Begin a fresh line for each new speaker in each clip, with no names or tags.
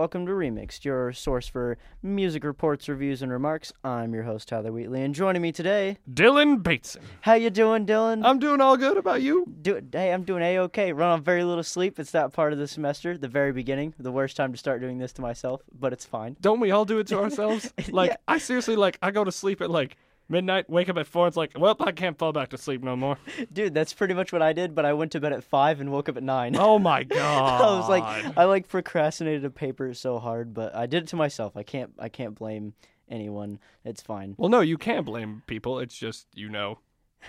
Remixed, your source for music reports, reviews, and remarks. I'm your host Tyler Wheatley, and joining me today,
Dylan Bateson.
how you doing, Dylan?
I'm doing all good about you.
Do, hey, I'm doing a okay. Run on very little sleep. It's that part of the semester, the very beginning, the worst time to start doing this to myself, but it's fine.
Don't we all do it to ourselves? Like
Yeah.
I seriously like I go to sleep at like midnight, wake up at four, and it's like, well, I can't fall back to sleep no more.
Dude, that's pretty much what I did, but I went to bed at five and woke up at nine.
Oh my god.
I was like, I like procrastinated a paper so hard, but I did it to myself. I can't, I can't blame anyone. It's fine.
Well no, you can't blame people. It's just you know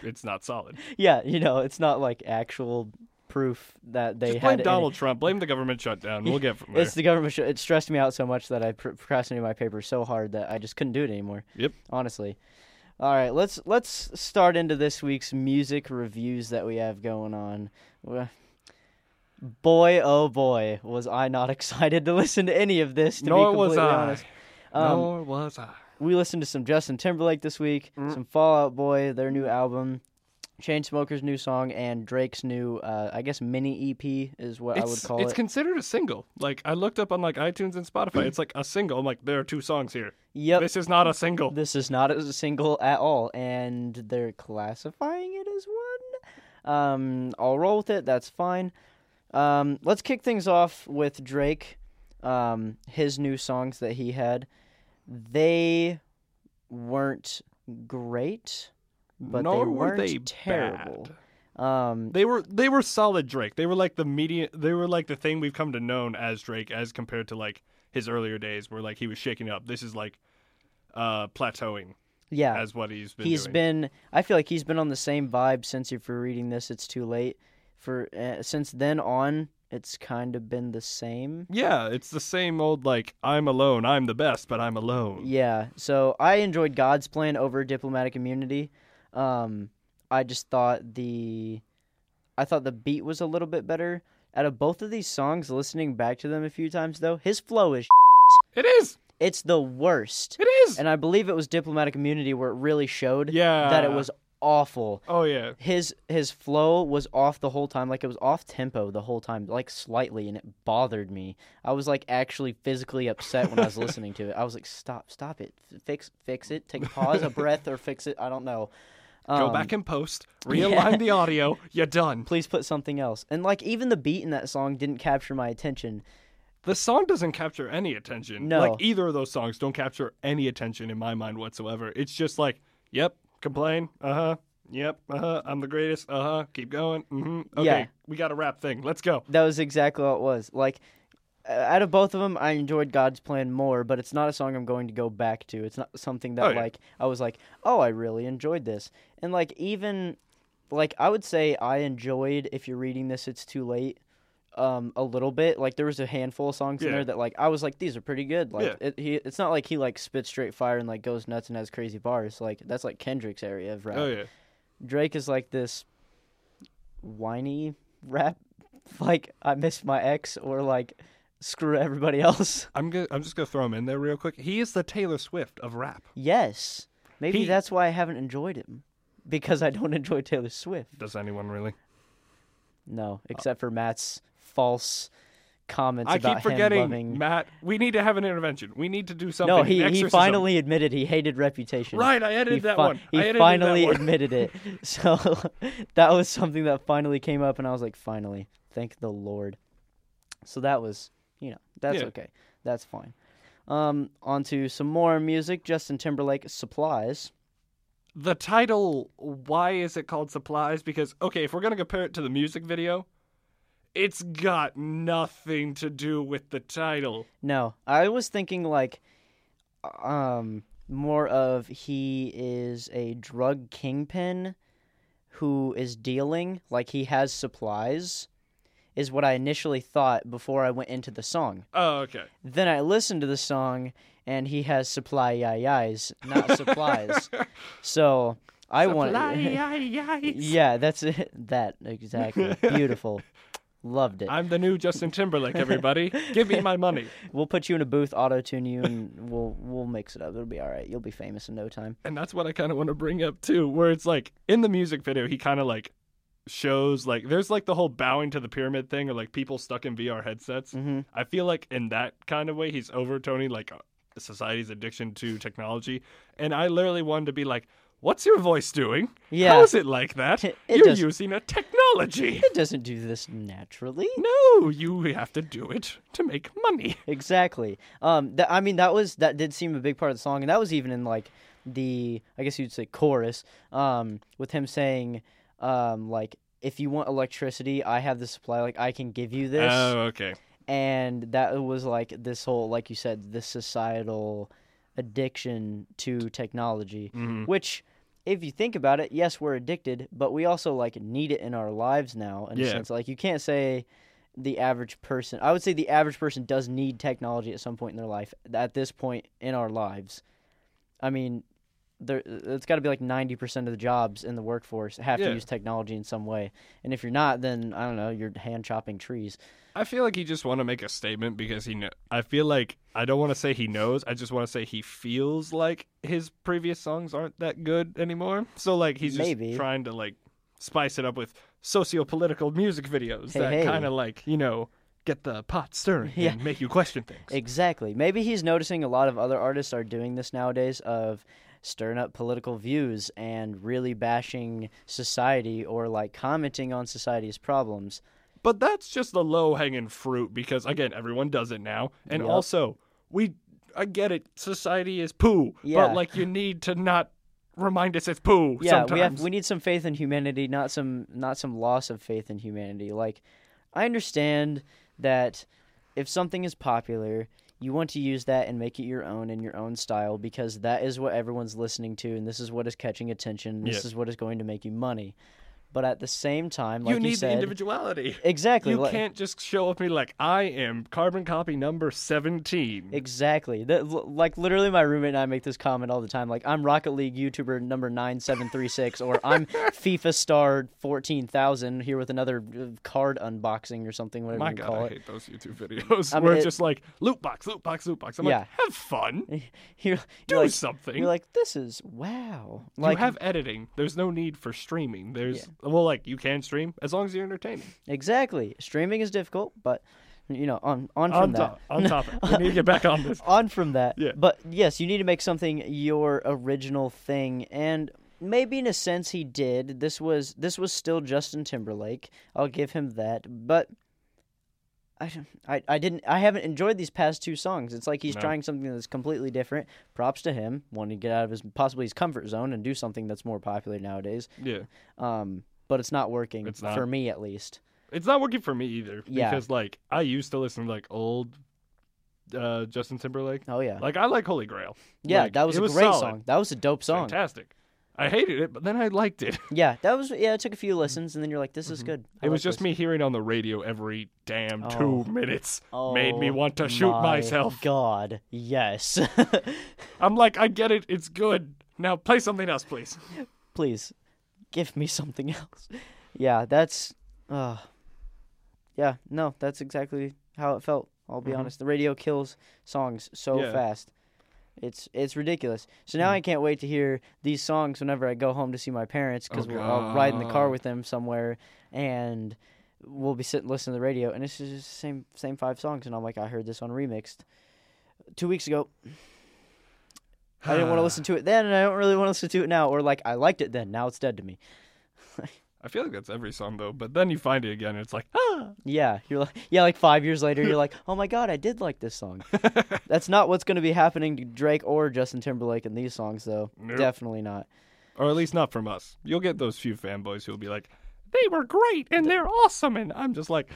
it's not solid.
Yeah, you know, it's not like actual proof that they
Just
had
blame
any-
Donald Trump, blame the government shutdown. We'll get from there.
It's the government. Sh- it stressed me out so much that I pr- procrastinated my paper so hard that I just couldn't do it anymore.
Yep.
Honestly. All right, let's let's start into this week's music reviews that we have going on. Wha- Boy, oh boy, was I not excited to listen to any of this. To
Nor
be
was
completely
I.
honest, um,
Nor was I.
we listened to some Justin Timberlake this week,
Mm.
some Fallout Boy, their new album, Chainsmokers' new song, and Drake's new, uh, I guess, mini EP is what I would
It's,
call
it's
it.
considered a single. Like I looked up on like iTunes and Spotify. It's like a single. I'm like, there are two songs here.
yep.
This is not a single.
This is not a single at all, and they're classifying it as one. Um, I'll roll with it. That's fine. Um, let's kick things off with Drake. Um, his new songs that he had, they weren't great. but they
Nor were
weren't
they
terrible.
bad.
Um,
They were they were solid Drake. They were like the media. They were like the thing we've come to known as Drake, as compared to like his earlier days, where like he was shaking up. This is like uh plateauing
yeah,
as what he's been.
he's
doing.
been. I feel like he's been on the same vibe since. If you're reading this, it's too late. For uh, since then on, it's kind of been the same.
Yeah, it's the same old like I'm alone. I'm the best, but I'm alone.
Yeah. So I enjoyed God's plan over diplomatic immunity. Um, I just thought the, I thought the beat was a little bit better. Out of both of these songs, listening back to them a few times though, his flow is
It is.
it's the worst.
It is.
And I believe it was diplomatic immunity where it really showed
yeah.
that it was awful.
Oh yeah.
His his flow was off the whole time, like it was off tempo the whole time, like slightly, and it bothered me. I was like actually physically upset when I was listening to it. I was like, stop, stop it, F- fix, fix it, take a pause, a breath, or fix it. I don't know.
Go
Um,
back and post. Realign the audio. You're done.
Please put something else. And like even the beat in that song didn't capture my attention.
The song doesn't capture any attention.
No.
Like either of those songs don't capture any attention in my mind whatsoever. It's just like, yep, complain. Uh huh. Yep. Uh huh. I'm the greatest. Uh huh. Keep going. Mm-hmm. Okay.
Yeah.
We got a rap thing. Let's go.
That was exactly what it was. Like uh, out of both of them, I enjoyed God's Plan more, but it's not a song I'm going to go back to. It's not something that
Oh, yeah.
like I was like, "Oh, I really enjoyed this." And like even like I would say I enjoyed if you're reading this it's too late um a little bit. Like there was a handful of songs in
Yeah.
there that like I was like these are pretty good. Like
Yeah.
it, he, it's not like he like spits straight fire and like goes nuts and has crazy bars. Like that's like Kendrick's area of rap.
Oh yeah.
Drake is like this whiny rap, like I miss my ex or like screw everybody else.
I'm gonna. I'm just gonna throw him in there real quick. He is the Taylor Swift of rap.
Yes, maybe
He-
that's why I haven't enjoyed him because I don't enjoy Taylor Swift. Uh,
Does anyone really?
No, except for Matt's false comments
I
about
keep
him
forgetting,
loving.
Matt. We need to have an intervention. We need to do something.
no,
an
he, he
exorcism.
finally admitted he hated Reputation.
Right, I edited
He
that
fi-
one.
He
I edited
finally
that one.
admitted it. So that was something that finally came up, and I was like, finally, thank the Lord. So that was, you know, that's
Yeah.
okay. That's fine. Um, on to some more music. Justin Timberlake supplies.
the title why is it called supplies because okay if we're going to compare it to the music video it's got nothing to do with the title
No, I was thinking like, um, more of he is a drug kingpin who is dealing like he has supplies, is what I initially thought before I went into the song.
oh okay
Then I listened to the song, and he has supply yi yis, not supplies. so I want.
yeah.
yeah, that's it. That exactly. Beautiful. Loved it.
i'm the new justin timberlake everybody give me my money
We'll put you in a booth, auto tune you, and we'll we'll mix it up. It'll be all right. You'll be famous in no time.
and that's what i kind of want to bring up too where it's like in the music video he kind of like shows like there's like the whole bowing to the pyramid thing or like people stuck in VR headsets.
Mhm.
I feel like in that kind of way he's overtoning like uh, society's addiction to technology. And I literally wanted to be like, "What's your voice doing?
Yeah.
How is it like that?
It
You're
does-
using a technology."
It doesn't do this naturally.
no, you have to do it to make money.
Exactly. Um, that I mean, that was that did seem a big part of the song, and that was even in like the I guess you'd say chorus, um, with him saying, um, like if you want electricity, I have the supply. Like I can give you this,
Oh, okay.
and that was like this whole, like you said, this societal addiction to technology,
Mhm.
which. If you think about it, yes, we're addicted, but we also like need it in our lives now. In a
Yeah.
sense, like you can't say, the average person i would say the average person does need technology at some point in their life at this point in our lives i mean there it's got to be like 90% of the jobs in the workforce have
Yeah.
to use technology in some way and if you're not then i don't know you're hand chopping trees
I feel like he just want to make a statement because he know. I feel like I don't want to say he knows. I just want to say he feels like his previous songs aren't that good anymore. So like he's just
Maybe.
trying to like spice it up with socio-political music videos
Hey,
that
hey.
kind of like you know get the pot stirring
Yeah.
and make you question things.
exactly maybe he's noticing a lot of other artists are doing this nowadays of stirring up political views and really bashing society or like commenting on society's problems
But that's just the low hanging fruit because again, everyone does it now. And
Yep.
also, we I get it, society is poo.
Yeah.
But like you need to not remind us it's poo
yeah,
sometimes.
we have we need some faith in humanity, not some not some loss of faith in humanity. Like I understand that if something is popular, you want to use that and make it your own in your own style because that is what everyone's listening to and this is what is catching attention and this
Yeah.
is what is going to make you money. But at the same time, like
you
you,
need the
said,
individuality.
exactly,
You
like-
can't just show up and be like, I am carbon copy number 17.
Exactly. That, l- like literally, my roommate and I make this comment all the time. Like, I'm Rocket League YouTuber number nine seven three six, or I'm FIFA star fourteen thousand here with another uh, card unboxing or something. Whatever
My
you
God,
call
I
it.
hate those YouTube
I
videos
mean,
where
it-
it's just like loot box, loot box, loot box. I'm
Yeah.
like, have fun,
You're, you're
do
like,
something.
you're like, this is wow. Like
you have editing. There's no need for streaming. There's well, like you can stream as long as you're entertaining.
exactly. Streaming is difficult, but you know, on on from
on
that.
top, on top. We need to get back on this.
on from that.
Yeah.
But yes, you need to make something your original thing and maybe in a sense he did. This was this was still Justin Timberlake. I'll give him that. But I, don't- I, I didn't I haven't enjoyed these past two songs. It's like he's
No.
trying something that's completely different. Props to him, wanting to get out of his possibly his comfort zone and do something that's more popular nowadays.
Yeah,
Um, but it's not working
It's not.
for me at least.
it's not working for me either.
Yeah.
because like I used to listen to like old uh, Justin Timberlake.
Oh yeah,
Like I like Holy Grail.
yeah.
like,
that was
it
a
was
great
solid.
song. That was a dope song.
Fantastic. I hated it, but then I liked it.
Yeah, that was yeah. It took a few listens, and then you're like, "This is good." I
Mm-hmm. It was
like
just
this.
me hearing on the radio every damn
Oh.
two minutes made me
Oh
want to shoot
my
myself.
God, yes.
I'm like, I get it, it's good. Now play something else, please.
Please, give me something else. Yeah, that's. Uh, yeah, no, that's exactly how it felt. I'll be
Mhm.
honest. The radio kills songs so
Yeah.
fast. It's it's ridiculous. So now
Hmm.
I can't wait to hear these songs whenever I go home to see my parents because
Oh,
we'll, I'll ride in the car
God.
with them somewhere and we'll be sitting listening to the radio and it's just the same same five songs and I'm like I heard this on remixed two weeks ago. I didn't want to listen to it then, and I don't really want to listen to it now. Or like, I liked it then, now it's dead to me.
I feel like that's every song though, but then you find it again and it's like, ah.
Yeah, you're like, yeah, like five years later, you're like, oh my god, I did like this song. That's not what's going to be happening to Drake or Justin Timberlake in these songs, though.
Nope.
Definitely not.
Or at least not from us. You'll get those few fanboys who'll be like, they were great and they're awesome. And I'm just like,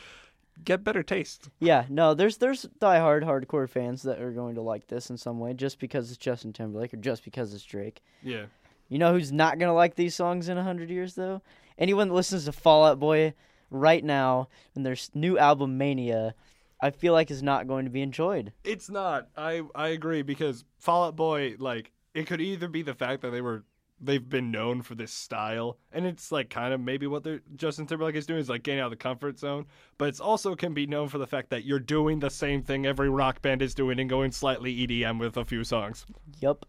get better taste.
Yeah, no, there's there's diehard hardcore fans that are going to like this in some way, just because it's Justin Timberlake or just because it's Drake.
Yeah.
You know who's not gonna like these songs in a hundred years though? Anyone that listens to Fallout Boy right now and their s- new album Mania, I feel like is not going to be enjoyed.
It's not. I I agree because Fall Out Boy, like, it could either be the fact that they were they've been known for this style, and it's like kind of maybe what they're Justin Timberlake is doing is like getting out of the comfort zone, but it's also can be known for the fact that you're doing E the same thing every rock band is doing and going slightly EDM with a few songs.
Yup.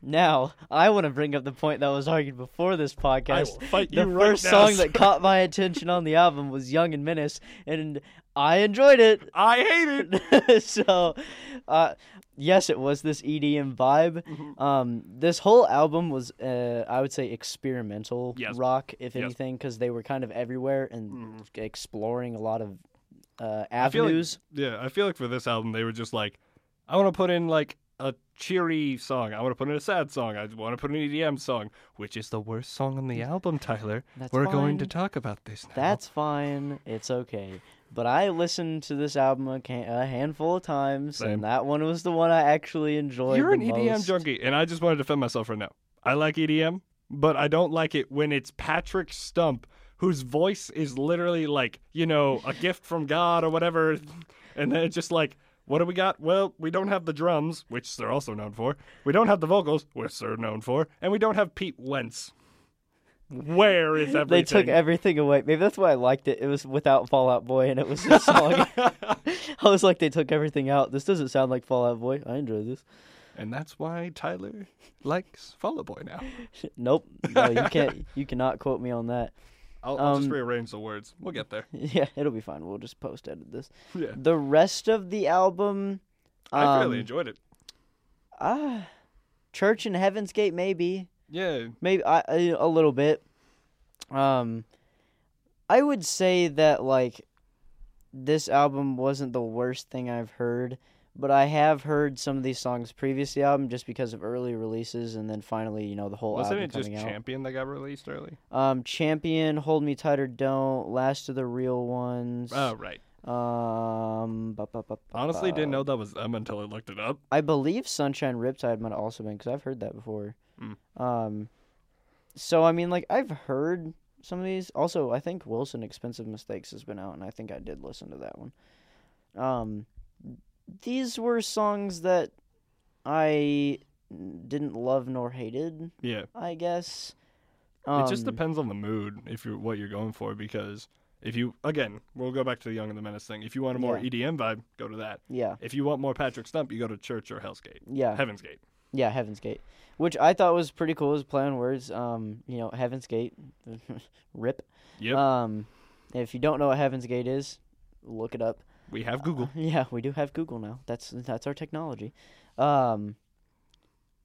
Now, I want to bring up the point that was argued before this
I
podcast.
will fight you
The
right
first
now,
song
sir.
that caught my attention on the album was Young and Menace, and I enjoyed it.
I hate it.
so, uh, yes, it was this EDM vibe.
Mhm.
Um, this whole album was, uh, I would say, experimental
Yes.
rock, if
Yes. Mm-hmm.
anything, because they were kind of everywhere and exploring a lot of uh,
I feel like-
avenues.
yeah, I feel like for this album they were just like, I want to put in like a cheery song. I want to put in a sad song. I want to put in an EDM song, which is the worst song on the album, Tyler.
That's
we're going to
fine.
talk about this now.
That's fine. It's okay. But I listened to this album a, can- a handful of times,
Same.
and that one was the one I actually enjoyed.
You're an E
the
EDM
most.
junkie, and I just want to defend myself right now. I like EDM, but I don't like it when it's Patrick Stump, whose voice is literally like, you know, a gift from God or whatever. And then it's just like, what do we got? Well, we don't have the drums, which they're also known for. We don't have the vocals, which they're known for. And we don't have Pete Wentz. Where is everything?
They took everything away. Maybe that's why I liked it. It was without Fallout Boy, and it was this song. I was like, they took everything out. This doesn't sound like Fallout Boy. I enjoy this.
and that's why Tyler likes Fall Out Boy now.
Nope. No, you can't. You cannot quote me on that.
I'll, I'll just
Um,
rearrange the words. We'll get there.
Yeah, it'll be fine. We'll just post edit this.
Yeah.
The rest of the album,
I really
um,
enjoyed it.
ah, Church and Heaven's Gate, maybe,
Yeah.
maybe I, I a little bit. Um, I would say that like this album wasn't the worst thing I've heard, but I have heard some of these songs previous to the album just because of early releases, and then finally, you know, the whole
Wasn't
album
it just
coming out.
Champion that got released early?
Um, Champion, Hold Me Tight or Don't, Last of the Real Ones.
Oh, right.
Um, ba- ba- ba- ba-
Honestly, didn't
ba.
know that was them until I looked it up.
I believe Sunshine Riptide might have also been because I've heard that before.
Mm.
Um, so I mean, like I've heard some of these. Also, I think Wilson Expensive Mistakes has been out, and I think I did listen to that one. Um, these were songs that I didn't love nor hated.
Yeah,
I guess.
it just
Um,
depends on the mood if you're what you're going for. Because if you again, we'll go back to the Young and the Menace thing. If you want a more
Yeah.
EDM vibe, go to that.
Yeah,
If you want more Patrick Stump, you go to Church or Hell's Gate,
yeah.
Heaven's Gate.
Yeah, Heaven's Gate, which I thought was pretty cool. Was play on words. Um, you know, Heaven's Gate, rip.
Yep,
Um, if you don't know what Heaven's Gate is, look it up.
we have Google.
Yeah, we do have Google now. That's that's our technology. Um,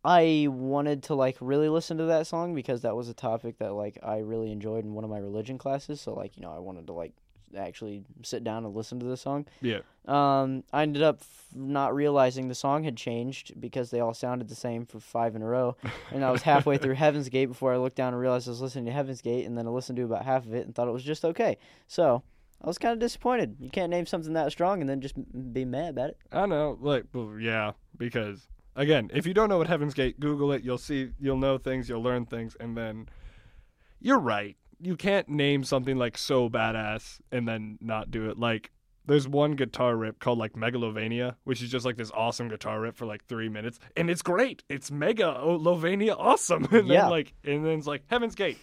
I wanted to like really listen to that song because that was a topic that like I really enjoyed in one of my religion classes. So like you know I wanted to like actually sit down and listen to the song.
Yeah,
Um, I ended up f- not realizing the song had changed because they all sounded the same for five in a row, and I was halfway through Heaven's Gate before I looked down and realized I was listening to Heaven's Gate, and then I listened to about half of it and thought it was just okay. So I was kind of disappointed. You can't name something that strong and then just m- be mad about it.
I know. Like, well, yeah, because again, if you don't know what Heaven's Gate, Google it. You'll see, you'll know things, you'll learn things, and then you're right. You can't name something like so badass and then not do it. Like, there's one guitar rip called like Megalovania, which is just like this awesome guitar rip for like three minutes, and it's great. It's Mega Lovania awesome. And
Yeah.
then like, and then it's like Heaven's Gate.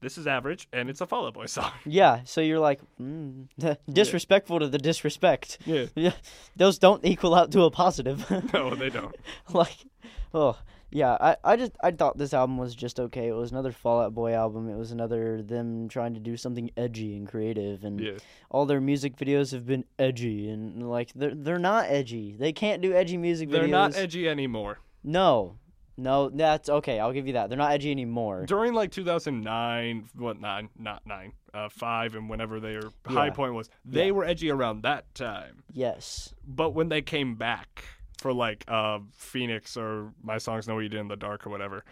This is average, and it's a Fall Out Boy song.
Yeah, so you're like mm, disrespectful to the disrespect.
Yeah.
Yeah, those don't equal out to a positive.
No, they don't.
like oh yeah I, I just i thought this album was just okay it was another fallout boy album it was another them trying to do something edgy and creative and
Yeah.
all their music videos have been edgy and like they're, they're not edgy they can't do edgy music videos
They're not edgy anymore.
no no that's okay i'll give you that they're not edgy anymore
during like 2009 what nine not nine uh five and whenever their high
Yeah.
point was they were edgy around that time
yes
but when they came back for like uh phoenix or my songs know what you did in the dark or whatever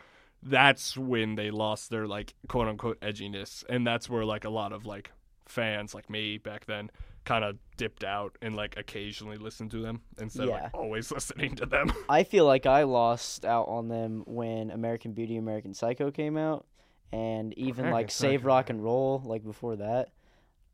that's when they lost their like quote unquote edginess and that's where like a lot of like fans like me back then kind of dipped out and like occasionally listened to them instead of
Yeah.
like always listening to them
i feel like i lost out on them when american beauty american psycho came out and even
American
like save
Psycho,
rock and roll like before that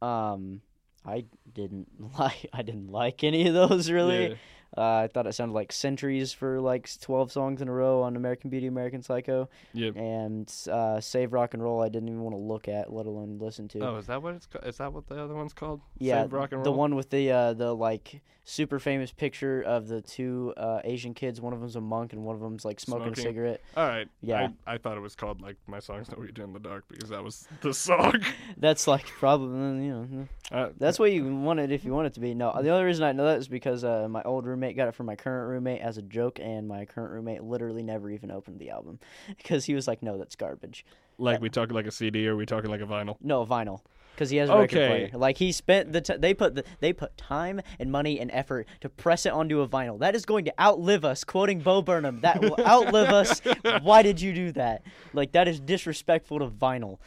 um I didn't like I didn't like any of those really. Uh, I thought it sounded like Centuries for like 12 songs in a row on American Beauty, American Psycho,
Yeah.
and uh, Save Rock and Roll. I didn't even want to look at, let alone listen to.
Oh, is that what it's called? Is that what the other one's called?
yeah,
Save rock and roll.
the one with the uh, the like super famous picture of the two uh, Asian kids. One of them's a monk, and one of them's like smoking,
Smoking.
a cigarette.
All right.
Yeah.
I, I thought it was called like my songs that we did in the dark because that was the song.
That's like probably you know
Uh,
that's what you want it if you want it to be. No, the only reason I know that is because uh, my old roommate got it from my current roommate as a joke, and my current roommate literally never even opened the album because he was like, "No, that's garbage." uh,
like we talking like a CD or we talking like a vinyl?
No, vinyl. Because he has a record
Okay.
player. Like he spent the t- they put the they put time and money and effort to press it onto a vinyl. That is going to outlive us. Quoting Bo Burnham, that will outlive us. Why did you do that? Like that is disrespectful to vinyl.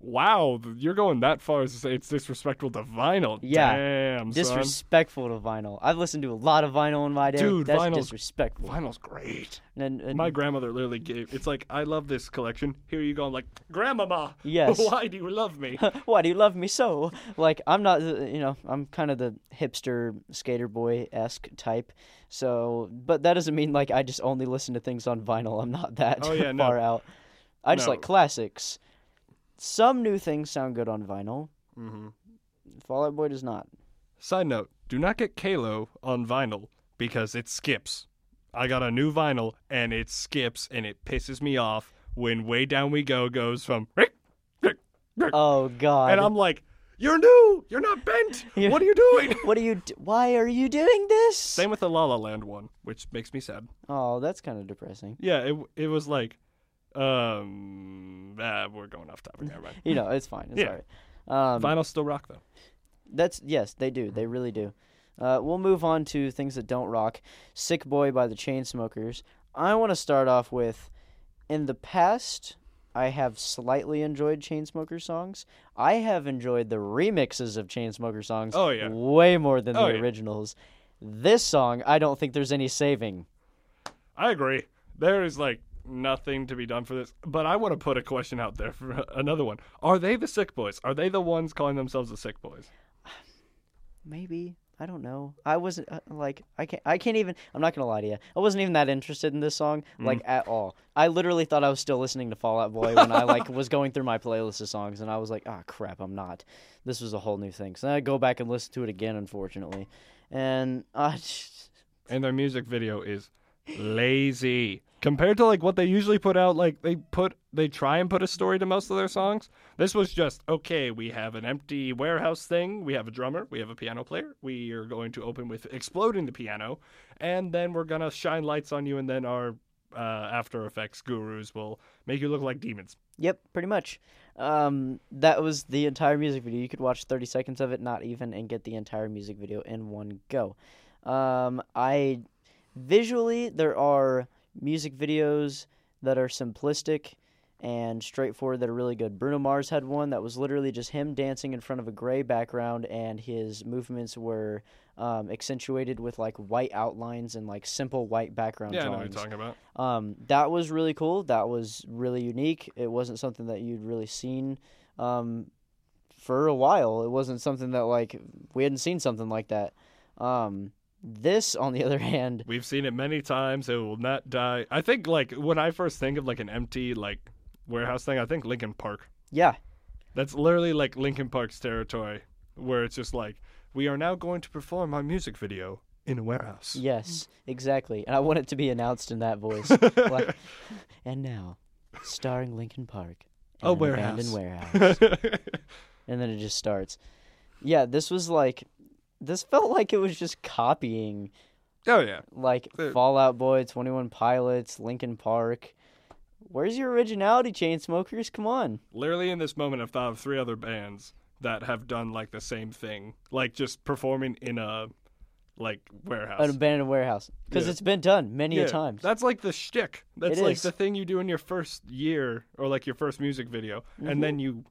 Wow, th- you're going that far as to say it's disrespectful to vinyl.
Yeah.
Damn, son.
Disrespectful to vinyl. I've listened to a lot of vinyl in my day.
Dude,
That's
vinyl's-
disrespectful.
Vinyl's great.
And, and
My grandmother literally gave. It's like I love this collection. Here you go. I'm like, Grandmama.
Yes.
Why do you love me?
why do you love me so? Like I'm not, the- you know, I'm kind of the hipster skater boy esque type. So, but that doesn't mean like I just only listen to things on vinyl. I'm not that
Oh, yeah, no.
far out. I just
No.
like classics. Some new things sound good on vinyl.
mm-hmm.
Fall Out Boy does not.
Side note: Do not get Kalo on vinyl because it skips. I got a new vinyl and it skips and it pisses me off when "Way Down We Go" goes from
Oh God!
and I'm like, "You're new. You're not bent.
Yeah.
What are you doing?"
What are you? d- Why are you doing this?
Same with the La La Land one, which makes me sad.
Oh, that's kind of depressing.
Yeah, it it was like, um, ah, we're going off topic. Never mind.
You know, it's fine. It's
Yeah.
alright. Um,
Vinyl still rock though.
That's yes, they do. They really do. Uh, we'll move on to things that don't rock. "Sick Boy" by the Chainsmokers. I want to start off with, in the past, I have slightly enjoyed Chainsmokers songs. I have enjoyed the remixes of Chainsmokers songs.
Oh, yeah.
way more than
Oh,
the
yeah.
originals. This song, I don't think there's any saving.
I agree. There is like nothing to be done for this. But I want to put a question out there for another one. Are they the sick boys? Are they the ones calling themselves the sick boys?
Maybe I don't know. I wasn't uh, like I can't. I can't even. I'm not gonna lie to you. I wasn't even that interested in this song like at all. I literally thought I was still listening to Fallout Boy when I like was going through my playlist of songs, and I was like, ah, crap, I'm not. This was a whole new thing. So then I go back and listen to it again, unfortunately, and I. Just,
And their music video is lazy compared to like what they usually put out. Like they put they try and put a story to most of their songs. This was just okay. We have an empty warehouse thing. We have a drummer. We have a piano player. We are going to open with exploding the piano, and then we're gonna shine lights on you, and then our uh, After Effects gurus will make you look like demons.
Yep, pretty much. Um, that was the entire music video. You could watch 30 seconds of it, not even, and get the entire music video in one go. Um, I visually there are music videos that are simplistic and straightforward that are really good. Bruno Mars had one that was literally just him dancing in front of a gray background, and his movements were um, accentuated with like white outlines and like simple white background
Yeah, I know what you're
drawings.
talking about.
Um, that was really cool. That was really unique. It wasn't something that you'd really seen um, for a while. It wasn't something that like we hadn't seen something like that. Um, this, on the other hand,
We've seen it many times. It will not die. I think like when I first think of like an empty like warehouse thing, I think Lincoln Park.
yeah,
That's literally like Lincoln Park's territory, where it's just like we are now going to perform our music video in a warehouse.
yes, exactly. And I want it to be announced in that voice. like, and now, starring Lincoln Park,
A
and an abandoned warehouse. and then it just starts. Yeah, this was like, this felt like it was just copying
oh yeah.
like
There-
Fallout Boy, Twenty One Pilots, Linkin Park. Where's your originality, chain smokers? Come on.
Literally in this moment, I've thought of three other bands that have done like the same thing, like just performing in a like warehouse.
An abandoned warehouse. Because
Yeah.
it's been done many a times.
That's like the shtick. That's
It
like
is.
the thing you do in your first year or like your first music video,
Mm-hmm.
and then you,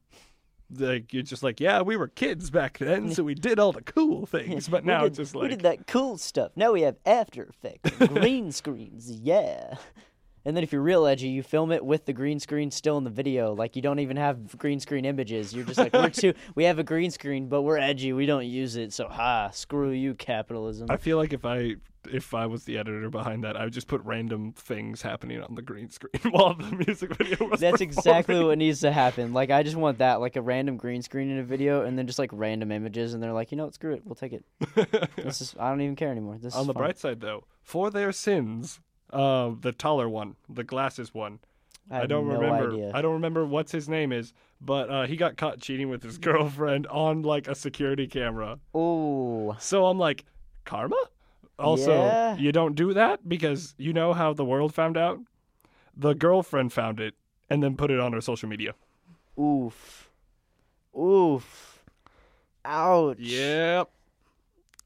like, you're just like, yeah, we were kids back then, so we did all the cool things, but
We
now
did-
it's just
we
like,
did that cool stuff. Now we have After Effects, green screens, yeah. And then if you're real edgy, you film it with the green screen still in the video. Like you don't even have green screen images. You're just like, we're too, we have a green screen, but we're edgy. We don't use it. So ha, screw you, capitalism.
I feel like if I if I was the editor behind that, I would just put random things happening on the green screen while the music video was.
That's exactly
performing.
what needs to happen. Like I just want that, like a random green screen in a video, and then just like random images, and they're like, you know what, screw it, we'll take it. This is, I don't even care anymore. This
on
is
the
fine.
bright side, though, for their sins, uh, the taller one, the glasses one.
have
I don't
no
remember.
Idea.
I don't remember what's his name is, but uh, he got caught cheating with his girlfriend on like a security camera.
Ooh,
So I'm like, karma. Also,
Yeah.
you don't do that because you know how the world found out. The girlfriend found it and then put it on her social media.
oof, oof, ouch.
Yep.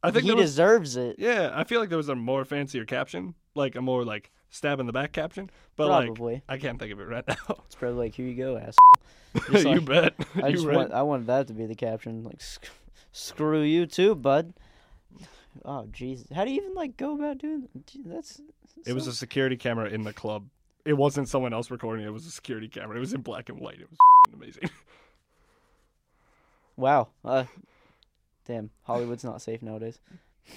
I think
he
there was,
deserves it.
yeah. I feel like there was a more fancier caption, like a more like stab in the back caption, but like
Probably.
I can't think of it right now.
It's probably like, here you go, ass. Just
you
like-
bet.
I
you
just
right.
want I wanted that to be the caption. Like, sc- screw you too, bud. Oh Jesus! How do you even like go about doing Gee, that's?
It was
so-
a security camera in the club. It wasn't someone else recording. It was a security camera. It was in black and white. It was f***ing amazing.
wow. Uh, damn, Hollywood's not safe nowadays.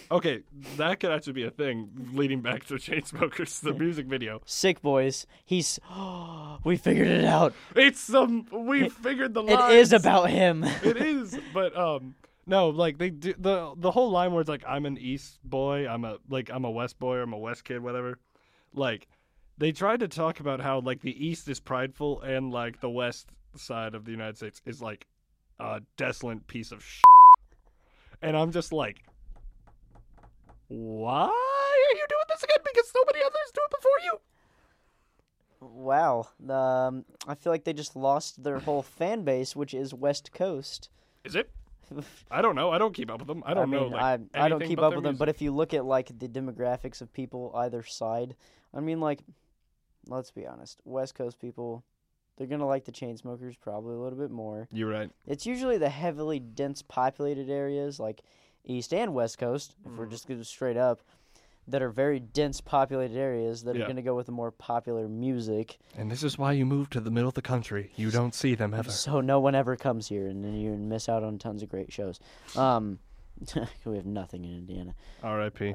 okay, that could actually be a thing. Leading back to Chainsmokers, the music video.
Sick boys. He's. we figured it out.
It's some. We figured the line.
It is about him.
it is, but um, no, like they do the the whole line where it's like I'm an East boy, I'm a like I'm a West boy, or I'm a West kid, whatever. Like, they tried to talk about how like the East is prideful and like the West side of the United States is like a desolate piece of shit. and I'm just like, why are you doing this again? Because so many others do it before you.
wow. Um, I feel like they just lost their whole fan base, which is West Coast.
Is it? I don't know. I don't keep up with them. I don't
mean,
know. Like,
I I don't
anything
keep
but
up
their
with them,
music.
but if you look at like the demographics of people either side, I mean, like, let's be honest, West Coast people, they're gonna like the chain smokers probably a little bit more.
You're right.
It's usually the heavily dense populated areas like East and West Coast, if
Mm-hmm.
we're just going straight up, that are very dense populated areas that
Yeah.
are gonna go with the more popular music,
And this is why you move to the middle of the country. You don't see them ever.
so no one ever comes here, and then you miss out on tons of great shows. Um, we have nothing in Indiana.
R.I.P.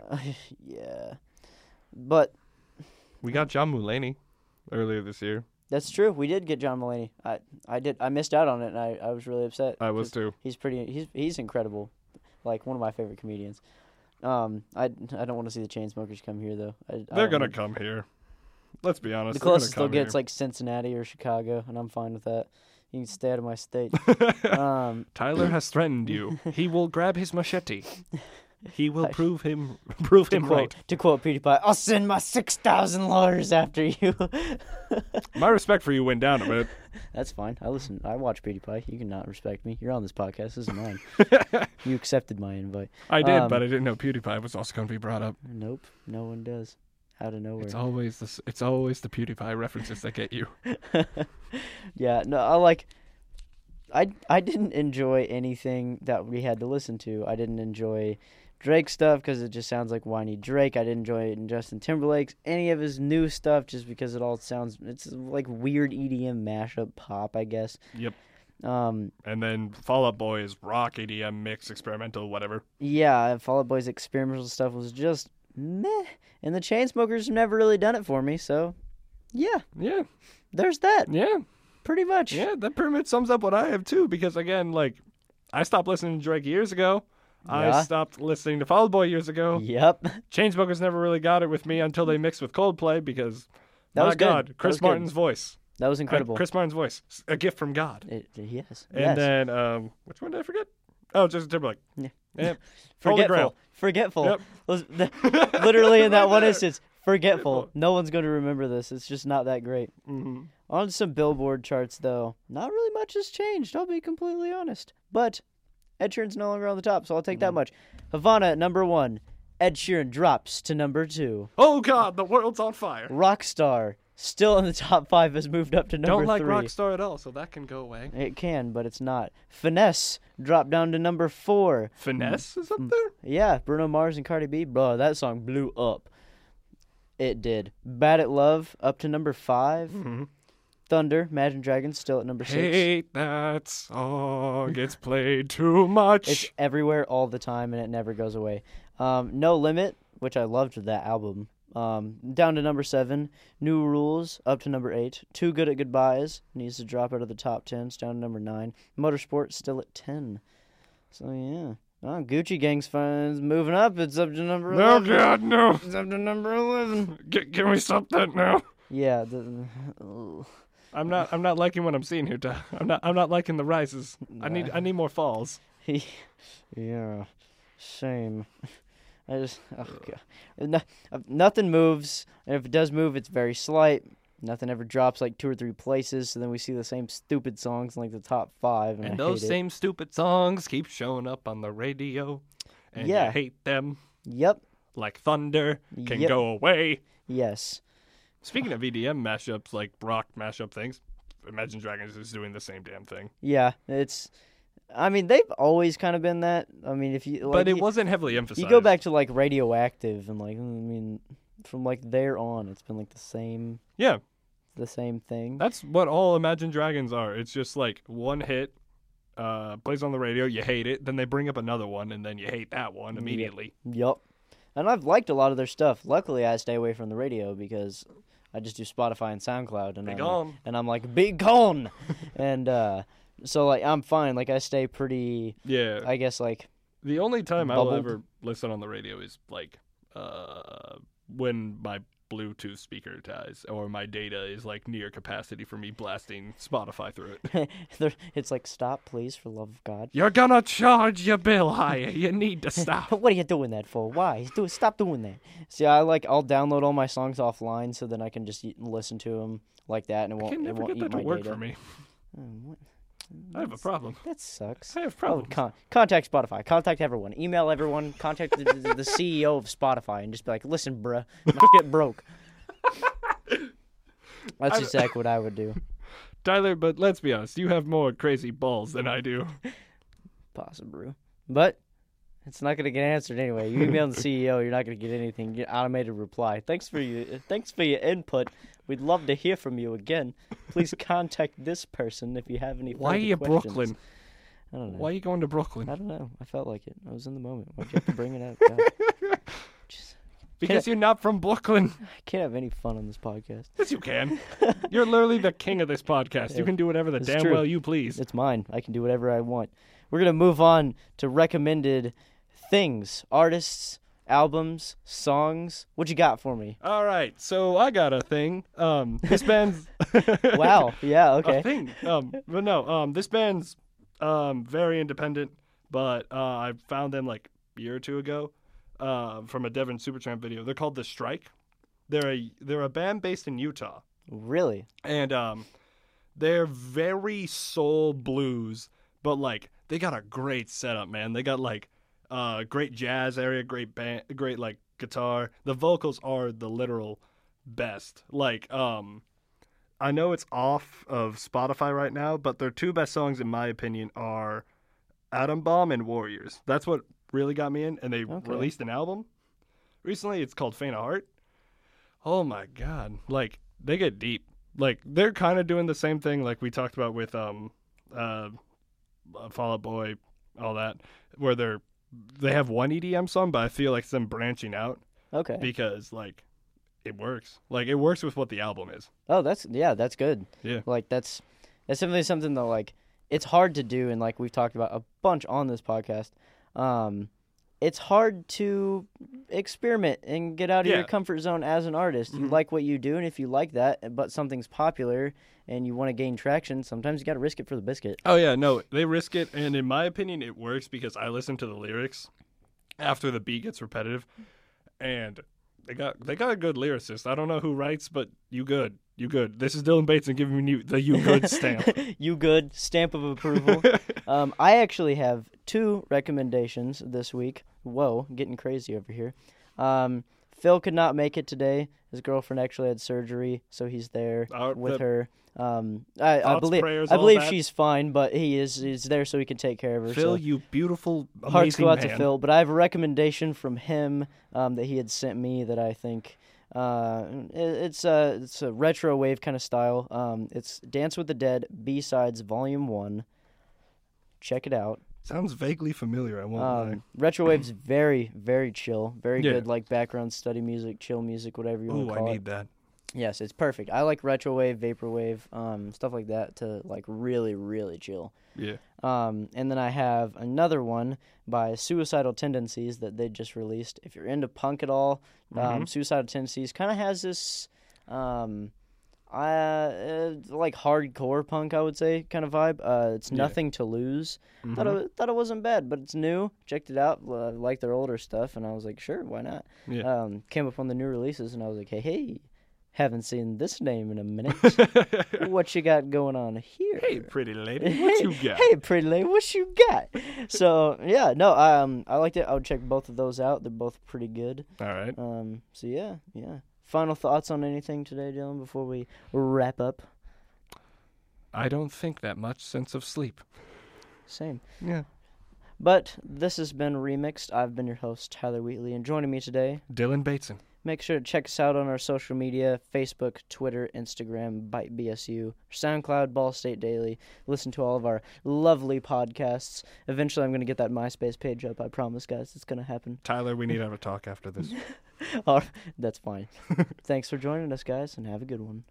yeah, but
We got John Mulaney earlier this year.
That's true. We did get John Mulaney. I I did. I missed out on it, and I, I was really upset.
I was
'cause
too.
He's pretty. He's he's incredible. Like one of my favorite comedians. Um, I, I don't want to see the Chainsmokers come here though. I, I
They're
don't
gonna
want-
come here. Let's be honest.
The
they're gonna
closest they'll
come
get is
here.
like Cincinnati or Chicago, and I'm fine with that. You can stay out of my state. um,
Tyler has threatened you. He will grab his machete. He will prove him prove
to
him
quote
right.
to quote PewDiePie, I'll send my six thousand lawyers after you.
My respect for you went down a bit.
That's fine. I listen. I watch PewDiePie. You cannot respect me. You're on this podcast. This is mine. you accepted my invite.
I did,
Um,
but I didn't know PewDiePie was also gonna be brought up.
Nope, no one does. Out of nowhere.
It's always the s- it's always the PewDiePie references that get you.
yeah, no, I like. I I didn't enjoy anything that we had to listen to. I didn't enjoy Drake stuff because it just sounds like whiny Drake. I didn't enjoy Justin Timberlake's any of his new stuff just because it all sounds it's like weird EDM mashup pop, I guess.
Yep.
Um.
And then Fall Out Boy is rock, EDM, mix, experimental, whatever.
Yeah, Fall Out Boy's experimental stuff was just meh, and the Chainsmokers have never really done it for me. So, yeah,
Yeah,
there's that
yeah.
pretty much.
Yeah, that pretty much sums up what I have too. Because again, like, I stopped listening to Drake years ago.
Yeah. Mm.
I stopped listening to Fall Out Boy years ago.
Yep.
Chainsmokers never really got it with me until they mixed with Coldplay. Because
That
my
was good.
God,
That
Chris
was good.
Martin's voice,
That was
Uh,
incredible.
Chris Martin's voice, S- a gift from God.
It, yes.
And
yes.
then um, which one did I forget? Oh, Justin Timberlake.
Yeah.
Yep. Holy
forgetful.
Grail.
Forgetful.
Yep.
Was- th- literally in that
Right
one
there.
instance, forgetful.
Forgetful.
No one's going to remember this. It's just not that great.
Mhm.
On some Billboard charts, though, not really much has changed. I'll be completely honest. But Ed Sheeran's no longer on the top, so I'll take
Mm-hmm.
that much. Havana at number one. Ed Sheeran drops to number two.
Oh God, the world's on fire.
Rockstar still in the top five has moved up to number
Don't like
three. Mm.
Rockstar at all, so that can go away.
It can, but it's not. Finesse dropped down to number four. Mm.
Finesse is up there.
Yeah, Bruno Mars and Cardi B, bro, that song blew up. It did. Bad at Love up to number 5
Mhm.
Thunder, Imagine Dragons still at number six.
Hate that song. It's played too much.
It's everywhere all the time and it never goes away. Um, no Limit, which I loved that album. Um, down to number seven. New Rules up to number eight. Too Good at Goodbyes needs to drop out of the top ten. It's down to number nine. Motorsport still at ten. So yeah. Oh, Gucci Gang's fans moving up. It's up to number
no,
eleven.
God, no.
It's up to number eleven.
Can- can we stop that now?
Yeah. The, ugh.
I'm not. I'm not liking what I'm seeing here. Ty. I'm not. I'm not liking the rises. I need. I need more falls.
He, yeah, same. I just, oh god, no, uh, nothing moves, and if it does move, it's very slight. Nothing ever drops like two or three places, so then we see the same stupid songs in like the top five, and, I
And those
hate
same stupid songs keep showing up on the radio, and you
Yeah.
hate them
it. Yep.
like thunder can
Yep.
go away.
Yes.
Speaking of EDM mashups, like rock mashup things, Imagine Dragons is doing the same damn thing.
Yeah. It's. I mean, they've always kind of been that. I mean, if you like,
but it
you,
wasn't heavily emphasized.
you go back to like radioactive and like I mean, from like there on, it's been like the same,
Yeah,
the same thing.
that's what all Imagine Dragons are. It's just like one hit. Uh, plays on the radio, you hate it. Then they bring up another one, and then you hate that one immediately.
Yup. And I've liked a lot of their stuff. Luckily, I stay away from the radio because I just do Spotify and SoundCloud, and
Be
I'm,
gone.
and I'm like, be gone, and uh, so like I'm fine. Like I stay pretty,
Yeah,
I guess, like
The only time I'll
Bubbled.
ever listen on the radio is like uh, when my Bluetooth speaker dies or my data is like near capacity for me blasting Spotify through it.
there- it's like stop, please, for love of God.
You're gonna charge your bill higher. You need to stop.
What are you doing that for? Why? Do stop doing that. See, I like I'll download all my songs offline so then I can just y- listen to them like that, and it
I
won't
can
it
never
won't
get
eat
that to
my
work
data.
for me.
Mm, what-
I have a problem.
That sucks.
I have
Oh,
problems.
con- contact Spotify. Contact everyone. Email everyone. Contact the, the, the CEO of Spotify and just be like, "Listen, bruh, my shit broke." That's
I-
exactly what I would do.
Tyler, but let's be honest, you have more crazy balls than I do.
Possibly, but it's not gonna get answered anyway. You email the CEO, you're not gonna get anything. You get automated reply. Thanks for your thanks for your input. We'd love to hear from you again. Please contact this person if you have any.
Why are
further
you
questions.
Brooklyn?
I don't know.
Why are you going to
I
Brooklyn?
don't know. I felt like it. I was in the moment. Why'd you have to bring it up? God. Just-
Because you're not from Brooklyn.
I can't have any fun on this podcast.
Yes, you can. You're literally the king of this podcast. You can do whatever the
It's
damn
true.
well you please.
It's mine. I can do whatever I want. We're gonna move on to recommended things, artists, albums, songs. What you got for me?
All right, so I got a thing. Um, this band's
Wow. Yeah.
a
Okay.
thing. Um, but no, um, this band's um very independent, but uh, I found them like a year or two ago, uh, from a Devin Supertramp video. They're called The Strike. They're a they're a band based in Utah,
Really?
and um, they're very soul blues, but like they got a great setup, man. They got like uh great jazz area, great band, great like guitar. The vocals are the literal best. Like um I know it's off of Spotify right now, but their two best songs in my opinion are Atom Bomb and Warriors. That's what really got me in and they
Okay.
released an album recently. It's called Faint of Heart. Oh my god. Like they get deep. Like they're kind of doing the same thing like we talked about with um uh Fall Out Boy, all that, where they're they have one EDM song, but I feel like it's them branching out
Okay.
because like it works. Like it works with what the album is.
Oh, that's yeah. That's good.
Yeah.
Like that's that's definitely something that like it's hard to do, and like we've talked about a bunch on this podcast. Um, it's hard to experiment and get out of
Yeah.
your comfort zone as an artist. You
Mhm.
like what you do, and if you like that, but something's popular and you want to gain traction, sometimes you got to risk it for the biscuit.
Oh yeah, no, they risk it, and in my opinion, it works because I listen to the lyrics after the beat gets repetitive, and they got they got a good lyricist. I don't know who writes, but you good, you good. This is Dylan Bates and giving you the you good stamp.
you good stamp of approval. um, I actually have two recommendations this week. Whoa, getting crazy over here. Um, Phil could not make it today. His girlfriend actually had surgery, so he's there
Our-
with
Uh, the-
her. Um, I, I
Thoughts,
believe
prayers,
I
all
believe
that?
she's fine, but he is is there so he can take care of her.
Phil,
so.
you beautiful, amazing
Hearts go out
man.
to Phil, but I have a recommendation from him um, that he had sent me that I think Uh, it, it's a it's a retro wave kind of style. Um, it's Dance with the Dead B sides Volume One. Check it out.
Sounds vaguely familiar. I won't lie.
Um, retro wave's very very chill, very
Yeah.
good like background study music, chill music, whatever you want
Ooh,
to
I
call it.
need that.
Yes, it's perfect. I like retro wave, vaporwave, um, stuff like that to like really really chill.
Yeah.
Um, and then I have another one by Suicidal Tendencies that they just released. If you're into punk at all,
Mm-hmm.
um, Suicidal Tendencies kind of has this, um, uh, uh, like hardcore punk, I would say, kind of vibe. Uh, it's
Yeah. Mm-hmm.
nothing to lose. Thought it, thought it wasn't bad, but it's new. Checked it out. Uh, liked their older stuff, and I was like, sure, why not?
Yeah.
Um, came up on the new releases, and I was like, hey, hey, haven't seen this name in a minute. what you got going on here?
hey, pretty lady, what you got?
hey, pretty lady, what you got? So yeah, no, um, I liked it. I would check both of those out. They're both pretty good.
All right.
Um, so yeah, yeah. Final thoughts on anything today, Dylan? Before we wrap up,
I don't think that much sense of sleep.
same.
Yeah.
But this has been remixed. I've been your host Tyler Wheatley, and joining me today,
Dylan Bateson.
make sure to check us out on our social media: Facebook, Twitter, Instagram, Byte BSU, SoundCloud, Ball State Daily. Listen to all of our lovely podcasts. Eventually, I'm gonna get that MySpace page up. I promise, guys, it's gonna happen.
Tyler, we need to have a talk after this.
All right, that's fine. Thanks for joining us, guys, and have a good one.